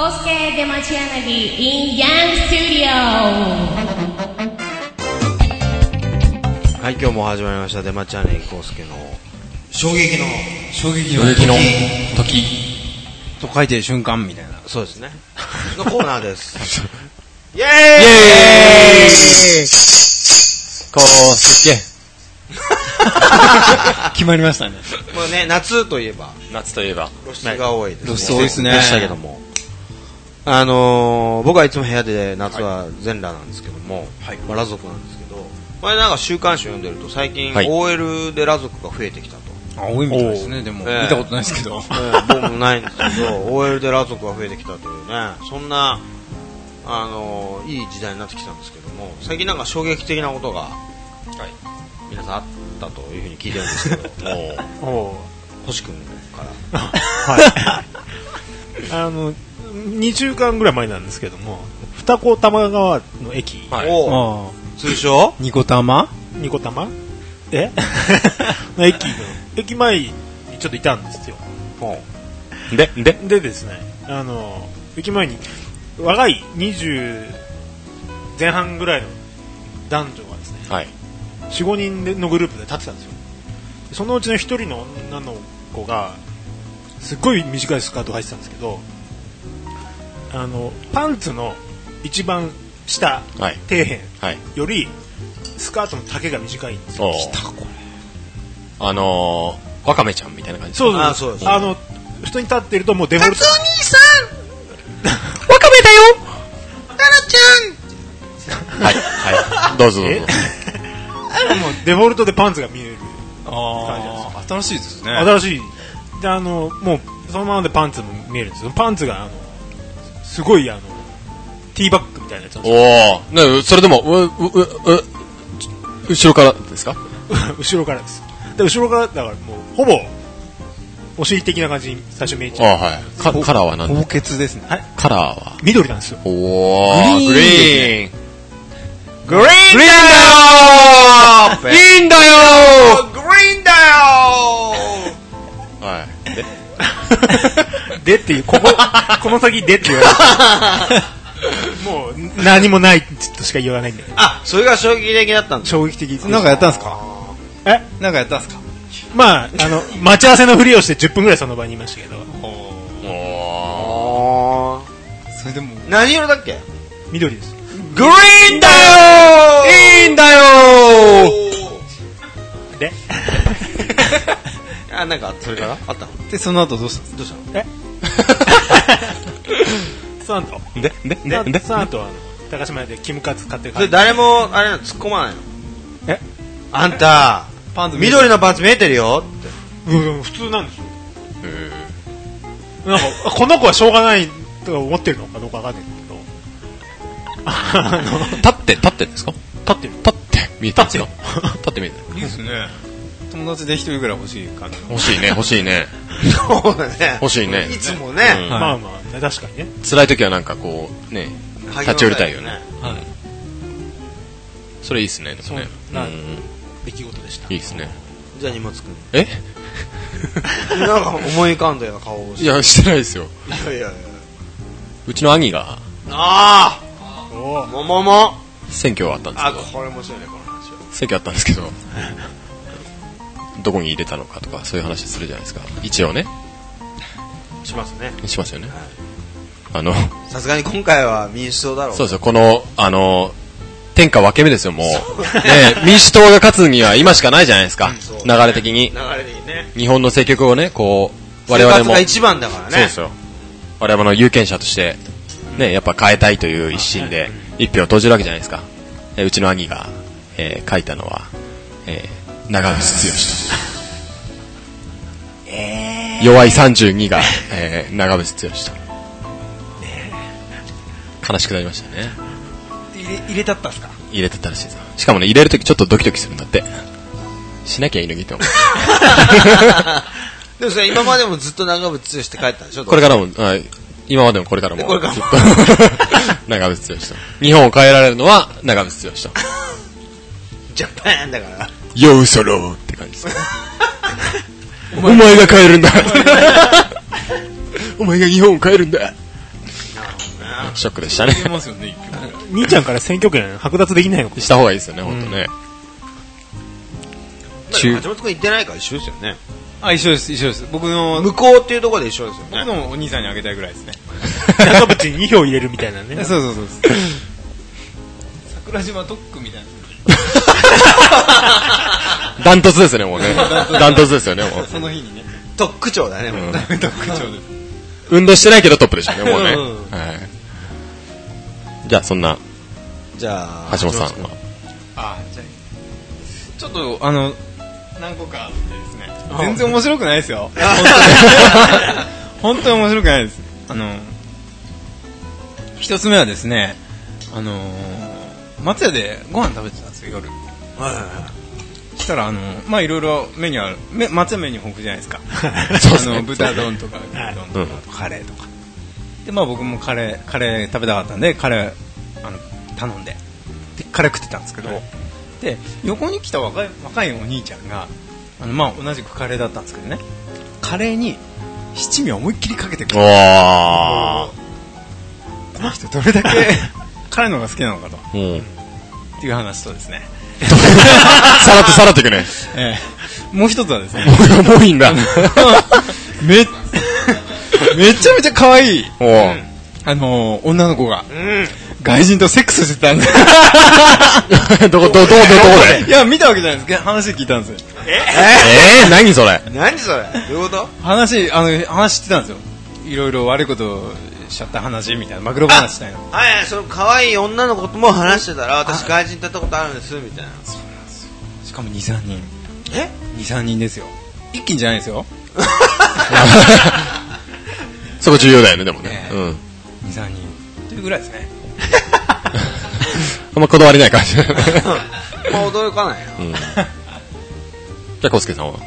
Kosuke Demachianagi in Yang Studio. はい、今日も始まりました。デマチャンネルコウスケの。衝撃の、衝撃の時時。と書いてる瞬間みたいな。そうです ね。のコーナーです。イェーイえーこうす け。決まりましたね。もうね、夏といえば、夏といえば、露出が多いですね。露出多いですねでしたけども。あのー、僕はいつも部屋で夏は全裸なんですけども、まあ、ラ族なんですけど、前なんか週刊誌読んでると最近はい OL でラ族が増えてきたと。あ、多いみたいですね。でも、ええ見たことないですけど。ええ僕もないんですけど、OL でラ族が増えてきたというね、そんな、あのいい時代になってきたんですけども、最近なんか衝撃的なことが、皆さんあったというふうに聞いてるんですけ ど、星君から。あの、2週間ぐらい前なんですけども、二子玉川の駅、おう あ通称ーニコ玉二子玉え の駅の、駅前にちょっといたんですよ。で、で、でですね、あの、駅前に、若い20前半ぐらいの男女がですね、はい。 4、5人でのグループで立ってたんですよ。そのうちの1人の女の子が、すっごい短いスカートを履いてたんですけど、あの、パンツの一番下、はい。底辺はい。よりスカートの丈が短いんですよお来た、これ。あのー、ワカメちゃんみたいな感じ。そううそあうそうですあの普通に立ってるともうデフォルトはい。はい。 どうぞどうぞ。もうデフォルトでパンツが見えるああ、新しいですね。新しいであのもうそのままでパンツも見えるんですよパンツがあのすごいあのティーバッグみたいなやつなんでおー。ね、それでも、う、う、う、う、後ろからですかすよ 後ろからですで後ろからだからもうほぼお尻的な感じに最初見えあちーゃうはい。カカラーは何高血ですね。はい。カラーは緑なんですよおー、ググリリーン。グリーングリーンだよーいいんだよグリーンだよーはい。でっていうここ この先でって言わ れてもう何もないとしか言わないんだけどあ、それが衝撃的だったんです衝撃的ですなんかやったんすかえなんかやったんすかまあ、あの、待ち合わせのふりをして10分ぐらいその場にいましたけど、おおーそれでも、何色だっけ緑です。グリーンだよー。いいんだよで、ー あ、なんか、それからあったので、その後どうしたんどですうしたのその後、ーで、で、そで、で、その後、あの、高島屋でキムカツ買ってそ帰れって、誰も、あれなの、突っ込まないのえあんた、パンツ見えてる緑のパンツ見えてるよって。うん、普通なんですよ。なんか、あこの子はしょうがないと思ってるのかどうかわかんないけど、あの、立って、立ってんですか立ってる。立って見えてるんですか立って見えてる。かいいですね。友達で一人ぐらい欲しい感じの。欲しいね、欲しいね。 そうだね。欲しいねいつもね、はいまあまあ、ね、確かにね。辛い時はなんかこう、ね、立ち寄りたいよね。それいいっすね、でもね。なうん出来事でした。いいっすね。じゃあ、荷物くん。え なんか思い浮かんだような顔をしいや、してないですよ。 て。いやいやいや。うちの兄がああももも選挙あったんですあけど、、これ面白いね、この話は。選挙あったんですけど、どこに入れたのかとか、そういう話するじゃないですか。一応ね、しますね。しますよね。あの、さすがに今回は民主党だろう。そうですよ、この、あの、天下分け目ですよ、もう。ね民主党が勝つには今しかないじゃないですか、そう流れ的に流。れでいいね。日本の政局をね、こう、我々生活も。が一番だからね。そうですよ。我々の有権者として、ね、やっぱ変えたいという一心で、一票を投じるわけじゃないですか。えうちの兄が、えー書いたのは、えー長渕剛 と。弱い32が、えー長渕剛と。悲しくなりましたね。入れ、入れたったんすか入れてたらしいですよしかもね、入れるときちょっとドキドキするんだって。しなきゃいいのにって思う。でもそれ今までもずっと長渕剛って帰ったんでしょこれからも、はい今までもこれからも。これからもずっと 長渕剛と。日本を変えられるのは長渕剛と。ジャパンだから。ようそろーって感じです。お前が変えるんだお前が日本を変えるんだな。ショックでしたね。出ますよね、一票。兄ちゃんから選挙権剥奪できないのかした方がいいですよね、本当ね。中橋本君行ってないから一緒ですよね。あ、一緒です、一緒です。僕の、向こうっていうところで一緒ですよ僕ね。のお兄さんにあげたいぐらいですね。中渕に2票入れるみたい なねそうそうそうです。桜島特区みたいな。ダントツですね、もうね。ダントツですよね、もう。その日にね。特区長だね、もう。 特区長です。運動してないけどトップでしたね、もうね。うんはい。じゃあ、そんな、 じゃあ、橋本さん君は。あじゃあちょっとあの何個かあってですね全然面白くないですよ 本当に本当に面白くないですあの一つ目はですねあの松屋でご飯食べてたんですよ夜したらあのまあいろいろメニューあるめ松屋メニュー豊富じゃないです かそうですねあの豚丼とか牛丼とかあとカレーとかでまあ僕もカレーカレー食べたかったんでカレーあの頼んででカレー食ってたんですけど、で横に来た若い若いお兄ちゃんがあのまあ同じくカレーだったんですけどねカレーに七味を思いっきりかけてくるおこの人どれだけ 辛いのが好きなのかとー。うん。っていう話とですね、さらっとさらっといくね。ええもう一つはです ねもういいんだ。め めちゃめちゃ可愛いおー。あのー女の子が、外人とセックスしてたんです どこ、ど、ど、ど、どこで いや見たわけじゃないですけど話聞いたんですよえー、何それ何それどういうこと話あの話してたんですよいろいろ悪いことしちゃった話みたいなマクロ話したいなはいはい、その可愛い女の子とも話してたら、私外人とやったことあるんです、みたいな。しかも23人え23人ですよ一気にじゃないですよそこ重要だよね、でもねね。うん。 23人というぐらいですねあんまこだわりない感じ。じゃ まあ驚かないな。いあ、コウスケさんは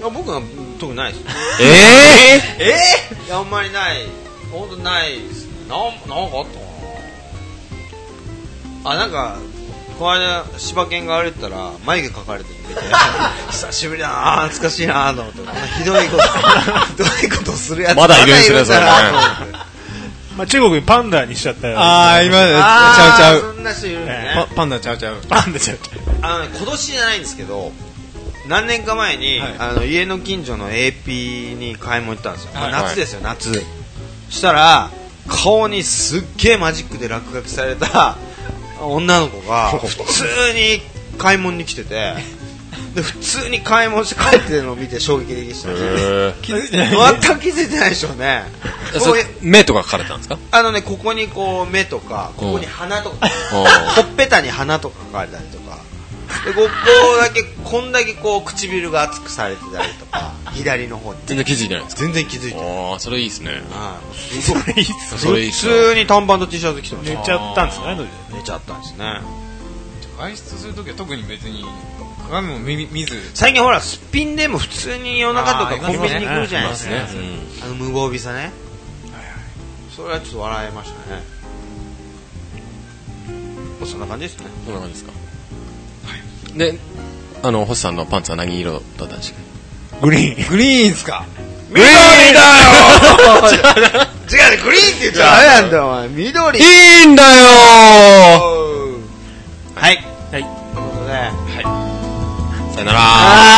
や、僕はうん特にないです。ええええいや、あんまりない。ほんとないですね。なん、なんかあったかなあ、なんか、この間、柴犬が歩いてたら、眉毛描かれてるんで、久しぶりだなあ懐かしいなあと思って、こんなひどいこと、ひどいことするやつ、まだいるんですねまだいるんだなと思ってまあ中国にパンダにしちゃったよああ今ちあゃーうちゃうそんな人いるんだね。パパンダちゃうちゃうパンダちゃったあのね今年じゃないんですけど何年か前に、はいあの家の近所の AP に買い物行ったんですよ、まあはい夏ですよ夏したら顔にすっげえマジックで落書きされた女の子が普通に買い物に来ててで普通に買い物して帰ってるのを見て衝撃的でしたね気 づいてない全く気づいてないでしょうねこういう目とか書かれたんですかあのねここにこう目とかここに鼻とかうんほっぺたに鼻とか書かれたりとかでここだけこんだけこう唇が厚くされてたりとか左の方に全然気づいてないんですか全然気づいてないああ、それいいですね。はいそれいいっすそれいい普っすね。通に短パンと T シャツ着てまし寝たちゃったんですねあの寝ちゃったんですね外出するときは特に別に鏡も見見ず最近ほらすっぴんでも普通に夜中とかあーコンビニに来るじゃないですかいますねいまあの無防備さねそれはちょっと笑えましたねもうそんな感じですねどんな感じですかで、あの、星さんのパンツは何色だったんでしたっグリーングリーンっすか緑だよ違うねグリーンって言っちゃダメなんだよお前緑けいいんだよはい。はい。ということで、さよならあ